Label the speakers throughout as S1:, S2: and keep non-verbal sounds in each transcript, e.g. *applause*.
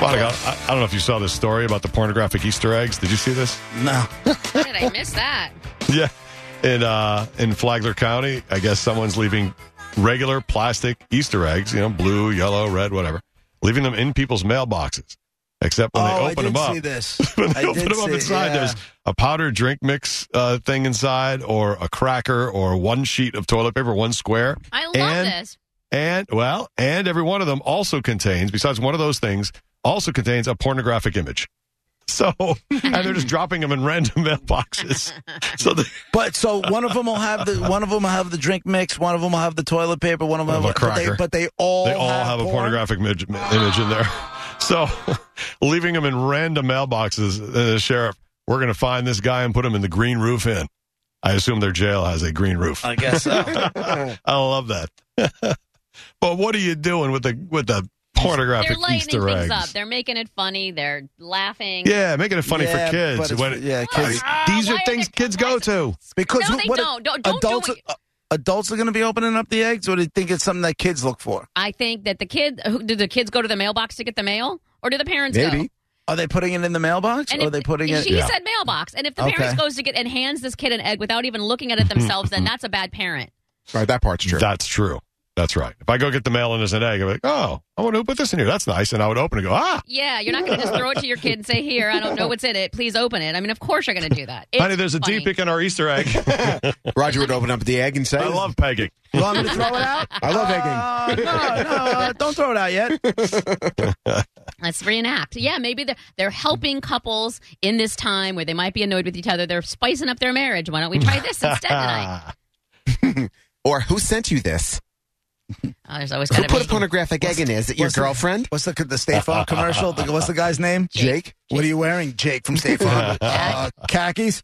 S1: Monica, I, I don't know if you saw this story about the pornographic Easter eggs. Did you see
S2: *laughs*
S1: this?
S2: No.
S1: Oh,
S3: How did I miss that?
S1: Yeah. In uh, in Flagler County, I guess someone's leaving regular plastic Easter eggs, you know, blue, yellow, red, whatever, leaving them in people's mailboxes. Except when
S2: oh,
S1: they
S2: I
S1: open
S2: did
S1: them up,
S2: see
S1: *laughs*
S2: this.
S1: when they
S2: I
S1: open
S2: did
S1: them up
S2: see-
S1: inside,
S2: yeah.
S1: there's a powder drink mix uh, thing inside, or a cracker, or one sheet of toilet paper, one square.
S3: I love
S1: And-
S3: this.
S1: And well, and every one of them also contains, besides one of those things, also contains a pornographic image. *laughs* So, and they're
S3: *laughs*
S1: just dropping them in random mailboxes. So, the,
S2: But so one of them will have the one of them will have the drink mix. One of them will have the toilet paper. One of them
S1: One of a
S2: but,
S1: cracker.
S2: they, but they all
S1: they all
S2: have,
S1: have a
S2: porn?
S1: pornographic image, image in there. *laughs* So, leaving them in random mailboxes, uh, the sheriff, we're going to find this guy and put him in the green roof inn. I assume their jail has a green roof.
S2: I guess so.
S1: I love that. *laughs* but what are you doing with the with the pornographic
S3: They're lightening
S1: Easter
S3: things
S1: eggs?
S3: up. They're making it funny. They're laughing.
S1: Yeah, making it *laughs* funny
S2: Yeah,
S1: for kids.
S2: but it's-
S1: When-
S2: yeah, kids.
S3: Ah,
S1: These are
S3: why
S1: things
S3: they-
S1: kids
S3: why
S1: go
S3: is it-
S1: to.
S2: Because
S3: no,
S2: who-
S3: they
S2: what,
S3: don't. Don't, don't
S2: adults
S3: do it.
S2: uh, adults are going to be opening up the eggs, or do you think it's something that kids look for?
S3: I think that the kid, who, do the kids go to the mailbox to get the mail, or do the parents go?
S4: Maybe.
S2: Are they putting it in the mailbox,
S3: And
S2: or
S3: if-
S2: are they putting *laughs* it?
S3: She said mailbox, and if the
S2: Okay.
S3: parents goes to get and hands this kid an egg without even looking at it
S1: *laughs*
S3: themselves, then that's a bad parent.
S4: Right, that part's true.
S1: That's true. That's right. If I go get the mail and there's an egg, I'm like, oh, I want to put this in here. That's nice. And I would open it and go, ah,
S3: Yeah, you're not going to just throw it to your kid and say, "Here, I don't know what's in it. Please open it." I mean, of course you're going to do that. It's
S1: honey, there's a
S3: funny.
S1: deep dick in our Easter *laughs* egg.
S4: Roger would open up the egg and say,
S1: I love pegging.
S2: You want me to throw it out?
S4: I love egging.
S2: Uh, no, no, uh, don't throw it out yet.
S3: Let's reenact. Yeah, maybe they're they're helping couples in this time where they might be annoyed with each other. They're spicing up their marriage. Why don't we try this instead
S1: *laughs*
S3: tonight?
S1: Ah.
S4: Or who sent you this?
S3: Oh, there's always
S4: Who
S3: got to
S4: put a
S3: be.
S4: pornographic egg in? Is it your
S2: What's the-
S4: girlfriend?
S2: What's the the State Farm commercial? The- what's the guy's name?
S4: Jake?
S2: What are you wearing, Jake from State
S3: *laughs*
S2: Farm? uh, khakis.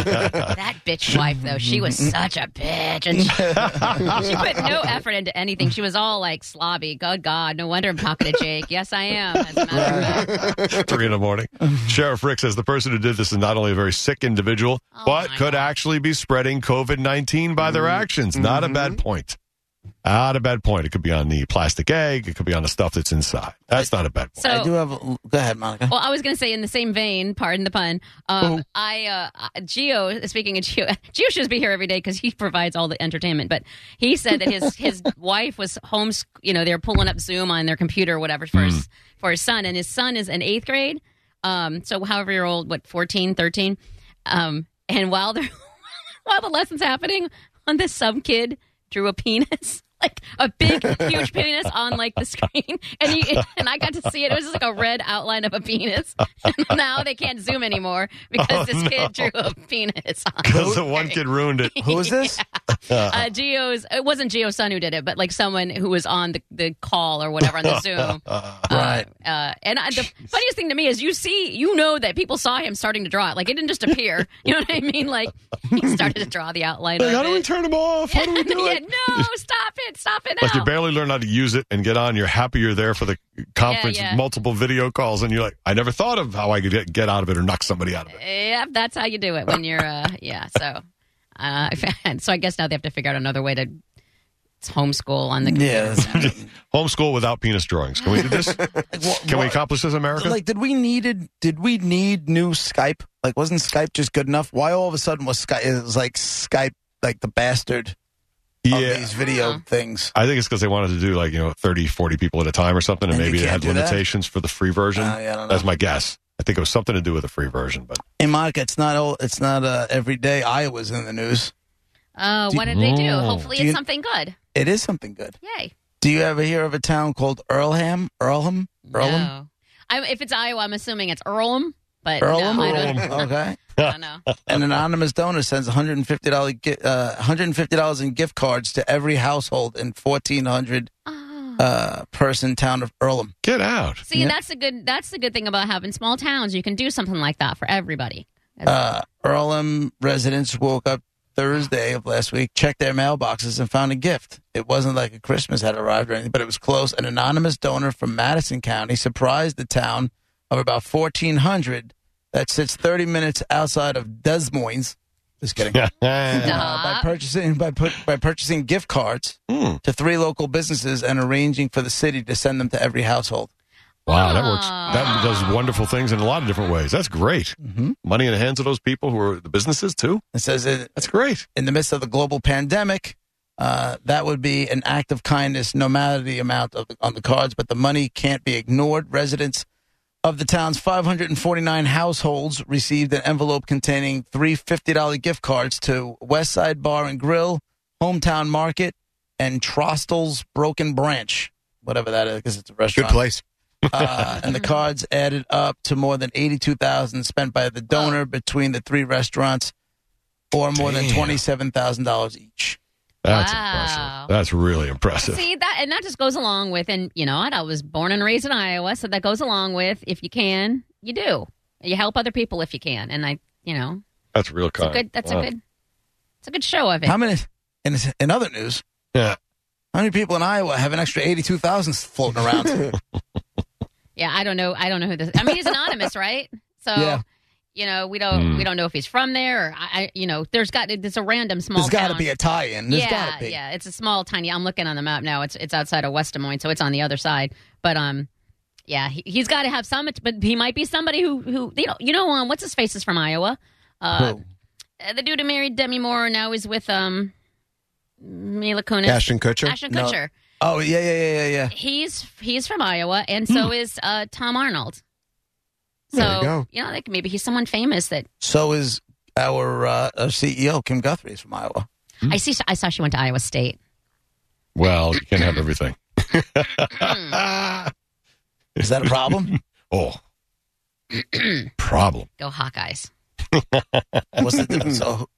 S3: that bitch wife though. She was such a bitch, and she, she put no effort into anything. She was all like slobby. Good God, no wonder I'm talking to Jake. Yes, I am. As a matter of fact.
S1: Three in the *laughs* morning. Sheriff Rick says the person who did this is not only a very sick individual,
S3: Oh,
S1: but
S3: my
S1: could
S3: God.
S1: actually be spreading COVID 19 by their actions. Not a bad point. Not a bad point. It could be on the plastic egg. It could be on the stuff that's inside. That's not a bad point. *laughs*
S3: So
S2: I do have. A, go ahead, Monica.
S3: *laughs* Well, I was going to say in the same vein, pardon the pun. Um, I uh, Geo speaking of *laughs* Geo, Geo should be here every day because he provides all the entertainment. But he said that his his wife was home. You know, they were pulling up Zoom on their computer or whatever for his for his son, and his son is in eighth grade. Um, so however year old, what 14, 13. Um, and while they're *laughs* while the lesson's happening, on this some kid drew a penis. *laughs* Like a big, huge penis on like the screen, *laughs* and he, and I got to see it. It was just like a red outline of a penis. *laughs* And now they can't zoom anymore because
S1: Oh,
S3: this
S1: no.
S3: kid drew a penis. on
S1: *laughs* Because the one kid ruined
S3: *laughs*
S1: it.
S2: Who is this?
S3: uh, Geo's. It wasn't Geo's son who did it, but like someone who was on the, the call or
S1: *laughs*
S3: whatever on the Zoom.
S2: Right.
S3: Uh, uh, and I, the funniest thing to me is you see, you know that people saw him starting to draw it. Like it didn't just appear. you know what I mean? Like he started to draw the outline.
S1: Like,
S3: of
S1: how do we
S3: it.
S1: turn them off?
S3: *laughs*
S1: How do we
S3: And
S1: do
S3: he
S1: it?
S3: had, no, stop it, stop it now.
S1: Like you barely learn how to use it and get on. You're happy you're there for the conference,
S3: Yeah, yeah.
S1: multiple video calls, and you're like, I never thought of how I could get, get out of it or knock somebody out of it.
S3: Yep, that's how you do it when you're, uh, *laughs* yeah. So, uh, *laughs* so I guess now they have to figure out another way to homeschool on the
S2: Yeah. *laughs* that's-
S1: Homeschool without penis drawings. Can we do
S2: *laughs*
S1: this? Can we accomplish this, America?
S2: Like, did we needed? Did we need new Skype? Like, wasn't Skype just good enough? Why all of a sudden was Skype? It was like Skype, like the bastard of
S1: yeah.
S2: these
S3: Uh-huh.
S2: video things.
S1: I think it's because they wanted to do like, you know, 30, 40 people at a time or something, and,
S2: And you
S1: maybe they
S2: can't
S1: had
S2: do that?
S1: limitations for the free version.
S2: Uh, yeah, I don't know.
S1: That's my guess. I think it was something to do with the free version, but
S2: Hey, Monica, it's not all. It's not uh, every day Iowa's in the news.
S3: Oh, what did they do?
S1: Oh.
S3: Hopefully,
S2: Do
S3: it's
S2: you-
S3: something good.
S2: It is something good.
S3: Yay.
S2: Do you ever hear of a town called Earlham? Earlham? Earlham?
S3: No. I, if it's Iowa, I'm assuming it's Earlham, but
S2: Earlham?
S3: no, I don't,
S2: Okay.
S3: I don't know.
S2: An anonymous donor sends $150, gi- uh, $150 in gift cards to every household in 1,400 uh, person town of Earlham.
S1: Get out. *laughs*
S3: See,
S2: Yeah.
S3: that's the good. That's the good thing about having small towns. You can do something like that for everybody.
S2: Uh, Earlham residents woke up Thursday of last week, checked their mailboxes, and found a gift. It wasn't like a Christmas had arrived or anything, but it was close. An anonymous donor from Madison County surprised the town of about 1,400 that sits 30 minutes outside of Des Moines. Just kidding.
S1: Yeah.
S2: Uh, by
S3: Stop.
S2: purchasing by put by purchasing gift cards
S4: Hmm.
S2: to three local businesses and arranging for the city to send them to every household.
S1: Wow, that works. That does wonderful things in a lot of different ways. That's great.
S2: Mm-hmm.
S1: Money in the hands of those people who are the businesses too.
S2: It says it,
S1: That's great.
S2: in the midst of the global pandemic, uh, that would be an act of kindness, no matter the amount of, on the cards. But the money can't be ignored. Residents of the town's 549 households received an envelope containing three $50 gift cards to West Side Bar and Grill, Hometown Market, and Trostel's Broken Branch, whatever that is, because it's a
S4: Good
S2: restaurant.
S4: place.
S2: Uh, and the cards added up to more than 82,000 spent by the donor between the three restaurants or more than
S1: Damn.
S2: $27,000 each.
S1: That's
S3: Wow.
S1: impressive. That's really impressive.
S3: See that, and that just goes along with, and you know, what? I was born and raised in Iowa, so that goes along with. If you can, you do. You help other people if you can, and I, you know,
S1: That's real
S3: it's a
S1: kind.
S3: good. That's
S1: Wow.
S3: a good. It's a good show of it.
S2: How many in, in other news?
S1: Yeah.
S2: How many people in Iowa have an extra 82,000 floating
S3: *laughs*
S2: around?
S3: Yeah, I don't know. I don't know who this. I mean, he's anonymous, right? So,
S2: Yeah.
S3: you know, we don't
S1: Hmm.
S3: we don't know if he's from there. Or I, I you know, there's got it's a random small.
S2: There's got to
S3: town.
S2: be a tie-in. There's
S3: yeah,
S2: got to be.
S3: yeah. It's a small, tiny. I'm looking on the map now. It's it's outside of West Des Moines, so it's on the other side. But um, yeah, he, he's got to have some. But he might be somebody who who you know you know um what's his face is from Iowa. Uh,
S2: Who?
S3: uh, the dude who married Demi Moore now is with um Mila Kunis,
S4: Ashton Kutcher.
S3: Ashton
S2: No.
S3: Kutcher.
S2: Oh, yeah, yeah, yeah, yeah, yeah.
S3: He's he's from Iowa, and so
S2: Hmm.
S3: is uh, Tom Arnold. So
S4: There you go.
S3: know, like maybe he's someone famous that
S2: So is our, uh, our CEO, Kim Guthrie, is from Iowa.
S3: I see. I saw she went to Iowa State.
S1: Well, you can't have everything.
S3: Mm.
S2: Is that a problem?
S1: *laughs*
S3: *laughs* *clears throat*
S1: Oh, problem.
S3: Go Hawkeyes!
S2: What's the difference? So,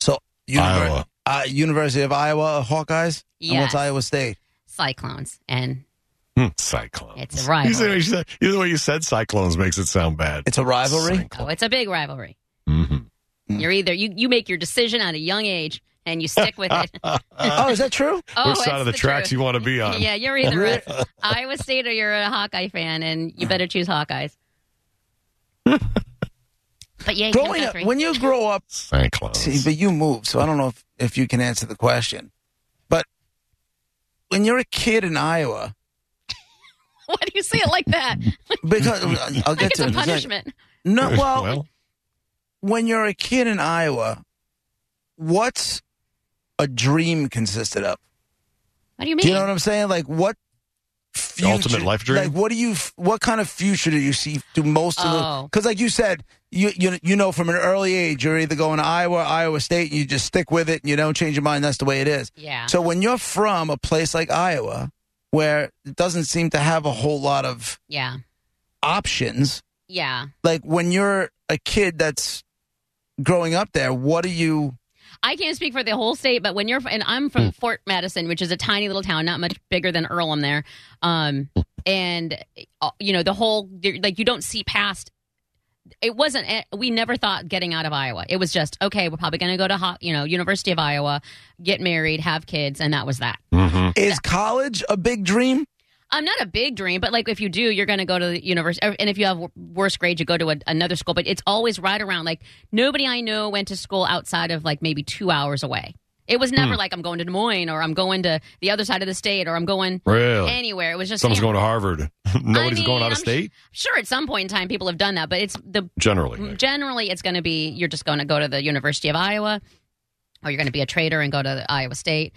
S2: so Univer-
S1: Iowa.
S2: Uh, University of Iowa Hawkeyes? And
S3: Yes.
S2: what's Iowa State?
S3: Cyclones, and
S1: Hmm, Cyclones.
S3: It's a rivalry.
S1: You said- you said- Either way you said cyclones makes it sound bad.
S2: It's a rivalry?
S3: oh, it's a big rivalry.
S1: hmm
S3: You're either you you make your decision at a young age and you stick with it. oh,
S2: *laughs* oh, is that true?
S1: Which side of the, tracks you want to be on?
S3: Yeah, you're either a Iowa State or you're a Hawkeye fan, and you better choose Hawkeyes. but yeah, Kim
S2: Growing up,
S3: Guthrie.
S2: when you grow up,
S1: Cyclones.
S2: see, but you move, so I don't know if, if you can answer the question. But when you're a kid in Iowa,
S3: *laughs* why do you say it like that? *laughs* Like
S2: because I'll get
S3: it's
S2: to it
S3: a
S2: in second.
S3: punishment.
S1: *laughs*
S2: No, well,
S1: well,
S2: when you're a kid in Iowa, what's a dream consisted of?
S3: What do you mean?
S2: Do you know what I'm saying? Like what? Future,
S1: ultimate life dream?
S2: Like what do you? What kind of future do you see? Do most of the?
S3: Oh.
S2: Because like you said, you you you know from an early age you're either going to Iowa, Iowa State, and you just stick with it, and you don't change your mind. That's the way it is.
S3: yeah.
S2: So when you're from a place like Iowa, where it doesn't seem to have a whole lot of
S3: yeah.
S2: options,
S3: Yeah.
S2: like when you're a kid that's growing up there, what do you?
S3: I can't speak for the whole state, but when you're and I'm from Fort Madison, which is a tiny little town, not much bigger than Earlham there. Um, and uh, you know the whole like you don't see past. It wasn't. eh, We never thought getting out of Iowa. It was just okay. We're probably going to go to Ho- you know University of Iowa, get married, have kids, and that was that.
S1: mhm.
S2: Is college a big dream?
S3: I'm not a big dream, but like if you do, you're going to go to the university. And if you have w- worse grades, you go to a, another school. But it's always right around like nobody I know went to school outside of like maybe two hours away. It was
S1: Hmm.
S3: never like I'm going to Des Moines or I'm going to the other side of the state or I'm going
S1: really.
S3: anywhere. It was just
S1: Someone's
S3: yeah.
S1: going to Harvard. *laughs* Nobody's
S3: I mean,
S1: going out of
S3: I'm
S1: state.
S3: Sure, at some point in time, people have done that, but it's the
S1: Generally, maybe.
S3: generally it's going to be you're just going to go to the University of Iowa or you're going to be a trader and go to the Iowa State.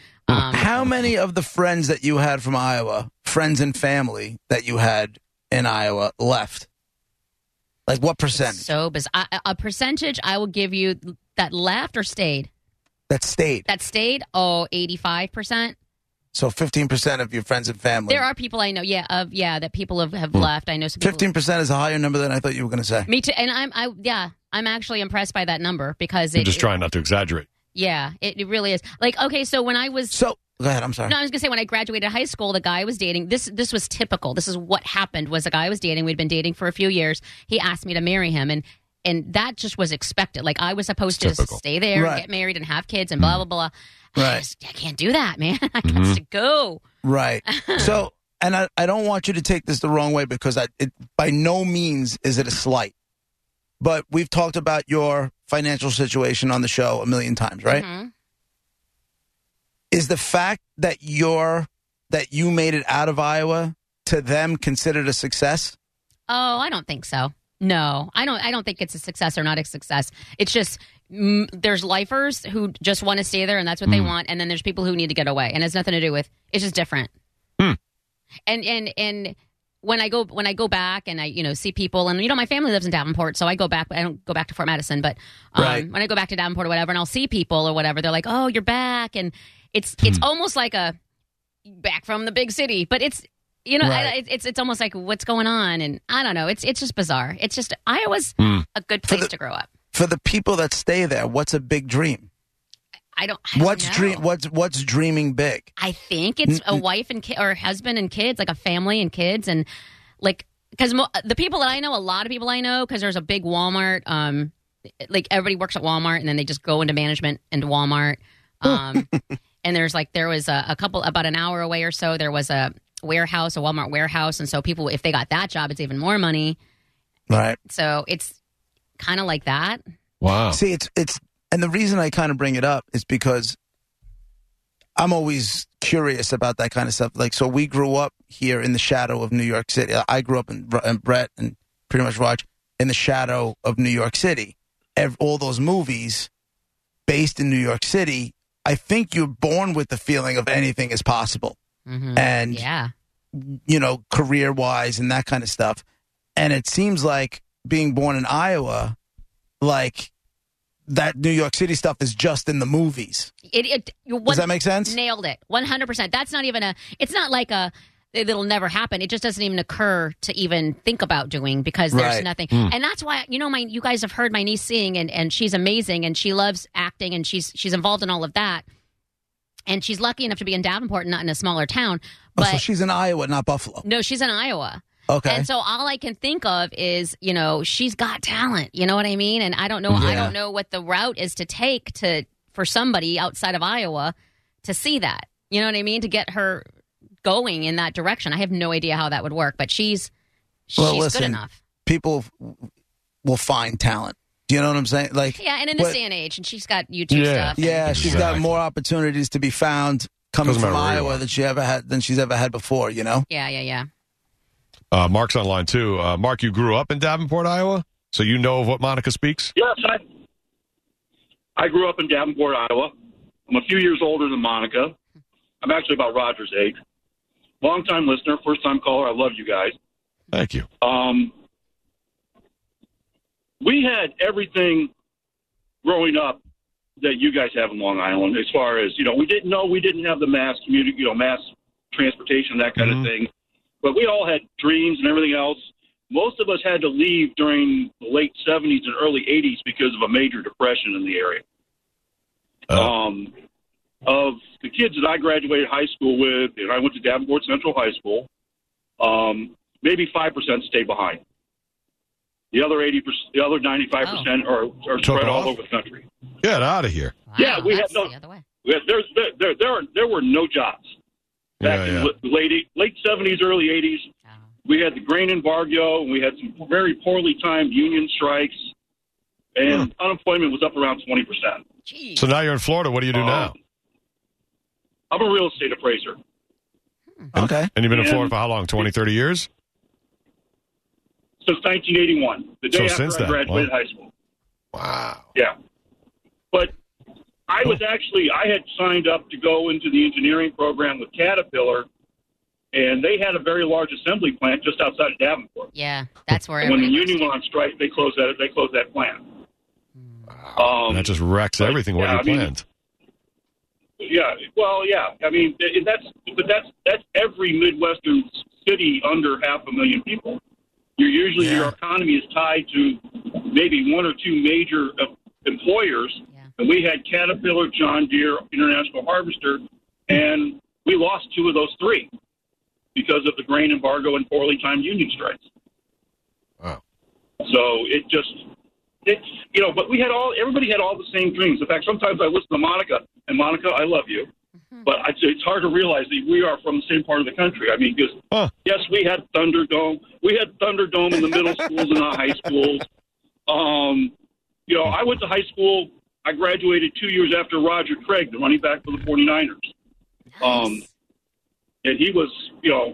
S1: *laughs*
S3: Um,
S2: How many of the friends that you had from Iowa, friends and family that you had in Iowa, left? Like what percentage
S3: so biz- I, a percentage I will give you that left or stayed.
S2: that stayed?
S3: that stayed oh 85%
S2: So fifteen percent of your friends and family.
S3: there are people i know yeah of yeah that people have,
S2: Hmm.
S3: have left i know some people
S2: Fifteen percent is a higher number than I thought you were going to say.
S3: me too and i'm i yeah i'm actually impressed by that number because
S1: I'm
S3: it,
S1: just
S3: it-
S1: trying not to exaggerate.
S3: Yeah, it, it really is. Like, okay, so when I was
S2: So go ahead. I'm sorry.
S3: No, I was gonna say when I graduated high school, the guy I was dating. This this was typical. This is what happened. Was the guy I was dating? We'd been dating for a few years. He asked me to marry him, and and that just was expected. Like I was supposed to just
S1: Typical.
S3: stay there,
S2: Right. Hmm.
S3: and get married, and have kids, and blah blah blah. I,
S2: Right. Hmm.
S3: just- I can't do that, man. *laughs* I got
S1: Mm-hmm.
S3: to go. *laughs*
S2: Right. so, and I, I don't want you to take this the wrong way because I, it, by no means is it a slight. But we've talked about your financial situation on the show a million times, right?
S3: Mhm.
S2: Is the fact that you're that you made it out of Iowa to them considered a success?
S3: Oh, I don't think so. No, I don't. I don't think it's a success or not a success. It's just mm, there's lifers who just want to stay there and that's what they want, and then there's people who need to get away, and it has nothing to do with. It's just different. And and and when I go when I go back and I you know see people and you know my family lives in Davenport, so I go back. but I don't go back to Fort Madison, but um,
S2: Right.
S3: when I go back to Davenport or whatever, and I'll see people or whatever, they're like, "Oh, you're back," and it's it's almost like a back from the big city, but it's you know I-
S2: Right.
S3: I, it's it's almost like what's going on, and I don't know. It's it's just bizarre. It's just Iowa's a good place to grow up.
S2: Hmm. For the people that stay there, what's a big dream?
S3: I don't. I don't
S2: What's
S3: know.
S2: dream? What's what's dreaming big?
S3: I think it's a wife and ki- or husband and kids, like a family and kids, and like because mo- the people that I know, a lot of people I know, because there's a big Walmart. Um, like everybody works at Walmart, and then they just go into management and Walmart.
S2: *laughs*
S3: Um, and there's like there was a, a couple about an hour away or so. There was a warehouse, a Walmart warehouse, and so people, if they got that job, it's even more money.
S2: Right.
S3: So it's kind of like that.
S1: Wow.
S2: See, it's it's and the reason I kind of bring it up is because I'm always curious about that kind of stuff. Like, so we grew up here in the shadow of New York City. I grew up in, in Brett and pretty much Raj in the shadow of New York City. Ev- all those movies based in New York City. I think you're born with the feeling of anything is possible,
S3: Mm-hmm.
S2: and
S3: Yeah,
S2: you know, career wise and that kind of stuff. And it seems like being born in Iowa, like that New York City stuff is just in the movies.
S3: it. it you-
S2: Does
S3: one-
S2: that make sense?
S3: Nailed it. 100%. That's not even a, it's not like a, it'll never happen. It just doesn't even occur to even think about doing because there's
S2: Right.
S3: nothing. And that's why, you know, my, you guys have heard my niece sing and, and she's amazing and she loves acting and she's, she's involved in all of that. And she's lucky enough to be in Davenport and not in a smaller town.
S2: Oh,
S3: But
S2: so she's in Iowa, not Buffalo.
S3: no, she's in Iowa.
S2: Okay.
S3: And so all I can think of is, you know, she's got talent. You know what I mean? And I don't know. I
S2: Yeah.
S3: don't know what the route is to take to for somebody outside of Iowa to see that. You know what I mean? To get her going in that direction. I have no idea how that would work, but she's she's
S2: Well,
S3: good
S2: listen.
S3: enough.
S2: People w- will find talent. Do you know what I'm saying? Like,
S3: Yeah, and in this
S2: But-
S3: day and age, and she's got YouTube
S1: Yeah.
S3: stuff. and-
S2: yeah, she's got
S1: Exactly.
S2: more opportunities to be found coming
S1: Doesn't
S2: from
S1: matter where you
S2: Iowa
S1: are.
S2: than she ever had than she's ever had before. You know?
S3: yeah, yeah, yeah.
S1: Uh, Mark's online too. Uh, Mark, you grew up in Davenport, Iowa, so you know of what Monica speaks.
S5: Yes, I I grew up in Davenport, Iowa. I'm a few years older than Monica. I'm actually about Roger's age. Long time listener, first time caller. I love you guys.
S1: Thank you.
S5: Um, we had everything growing up that you guys have in Long Island, as far as you know, we didn't know we didn't have the mass community, you know, mass transportation, that kind
S1: Mhm.
S5: of thing. But we all had dreams and everything else. Most of us had to leave during the late '70s and early '80s because of a major depression in the area
S1: Uh,
S5: um, of the kids that I graduated high school with, and I went to Davenport Central High School, um, maybe five percent stayed behind. The other eighty percent, the other ninety-five percent are, are
S1: Oh. Took
S5: spread all
S1: off?
S5: over the country.
S1: Get out of here.
S3: Wow,
S5: Yeah, we had
S3: that's
S5: no-
S3: the other way.
S5: There, there's, there, there, there, are, there were no jobs back
S1: Yeah,
S5: in
S1: yeah.
S5: the late eight- late seventies, early eighties.
S3: Oh.
S5: We had the grain embargo, and we had some very poorly timed union strikes, and unemployment was up around twenty percent.
S3: Jeez.
S1: So now you're in Florida. What do you
S5: Um,
S1: do now?
S5: I'm a real estate appraiser.
S3: Mm-hmm.
S2: Okay.
S1: And you've been in
S5: and-
S1: Florida for how long? 20, 30 years?
S5: since 1981, the
S1: So
S5: day
S1: since
S5: after
S1: then,
S5: I graduated
S1: wow.
S5: high school.
S1: Wow.
S5: Yeah. But I was actually, I had signed up to go into the engineering program with Caterpillar, and they had a very large assembly plant just outside of Davenport.
S3: Yeah, that's where
S5: And when the
S3: everybody-
S5: union went on strike, they closed that, they closed that plant. Um,
S1: that just wrecks
S5: but,
S1: everything. What
S5: yeah,
S1: you
S5: I mean-
S1: planned?
S5: Yeah, well, yeah. I mean, th- that's but that's that's every midwestern city under half a million people. You're usually your economy is tied to maybe one or two major uh, employers,
S3: Yeah.
S5: and we had Caterpillar, John Deere, International Harvester, and we lost two of those three because of the grain embargo and poorly timed union strikes.
S1: Wow.
S5: So it just, it's you know, but we had all everybody had all the same dreams. In fact, sometimes I listen to Monica, and Monica, I love you, but I, it's hard to realize that we are from the same part of the country. I mean, because
S1: Huh.
S5: yes, we had Thunderdome, we had Thunderdome in the middle schools and the high schools. Um, you know, I went to high school. I graduated two years after Roger Craig, the running back for the 49ers. Um, and he was, you know,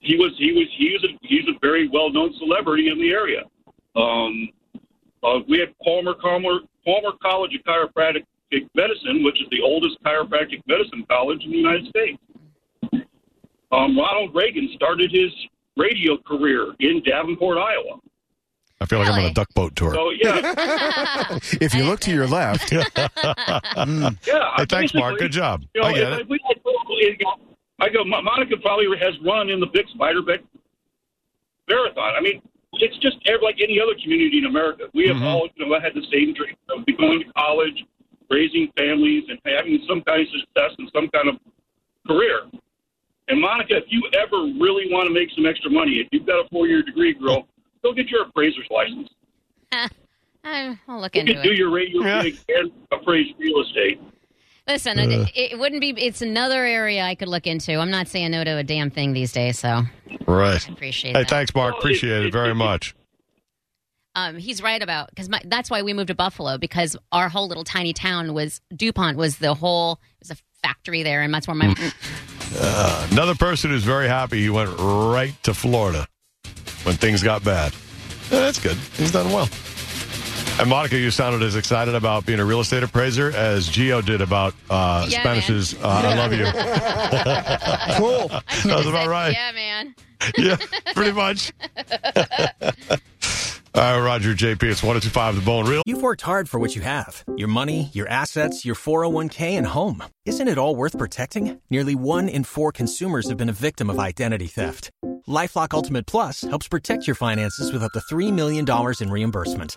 S5: he was he was he was a, he's a very well known celebrity in the area. Um, uh, we had Palmer Palmer Palmer College of Chiropractic Medicine, which is the oldest chiropractic medicine college in the United States. Um, Ronald Reagan started his radio career in Davenport, Iowa.
S1: I feel like I'm on
S3: Really?
S1: a duck boat tour.
S5: So yeah,
S4: If you look to your left,
S5: yeah.
S1: Hey, thanks, Mark. Good
S5: basically-
S1: job.
S5: You know,
S1: I get
S5: if
S1: it.
S5: I- we had local- you know, I go, Mo- Monica probably has run in the Big Spider Beck Marathon. I mean, it's just ev- like any other community in America. We
S1: Mm-hmm.
S5: have all, you know, I had the same dream of be going to college, raising families, and having some kind of success and some kind of career. And Monica, if you ever really want to make some extra money, if you've got a four year degree, girl, go get your appraiser's license.
S3: I- Uh, I'll look
S5: You
S3: into
S5: can do
S3: it.
S5: your radio
S1: Yeah.
S5: gig and appraise real estate.
S3: Listen,
S1: Ugh.
S3: it, it wouldn't be. It's another area I could look into. I'm not saying no to a damn thing these days, so
S1: Right.
S3: appreciate
S1: Hey,
S3: that.
S1: thanks, Mark.
S5: Well, it-
S1: Appreciate it
S5: it-
S1: very
S5: it-
S1: much.
S3: um, he's right about because that's why we moved to Buffalo because our whole little tiny town was Dupont was the whole it was a factory there, and that's where my
S1: Mm. *laughs* Another person who's very happy he went right to Florida when things got bad. Yeah, that's good. He's done well. And Monica, you sounded as excited about being a real estate appraiser as Gio did about uh,
S3: Yeah, man.
S1: Spanish's uh, I Love You. that
S3: *laughs*
S1: *laughs*
S2: Cool.
S1: was about right.
S3: yeah, man.
S1: Yeah, pretty much.
S3: *laughs*
S1: All right, Roger, JP. It's 1025 The Bone Real.
S6: You've worked hard for what you have your money, your assets, your 401k, and home. Isn't it all worth protecting? Nearly one in four consumers have been a victim of identity theft. Lifelock Ultimate Plus helps protect your finances with up to $3 million in reimbursement.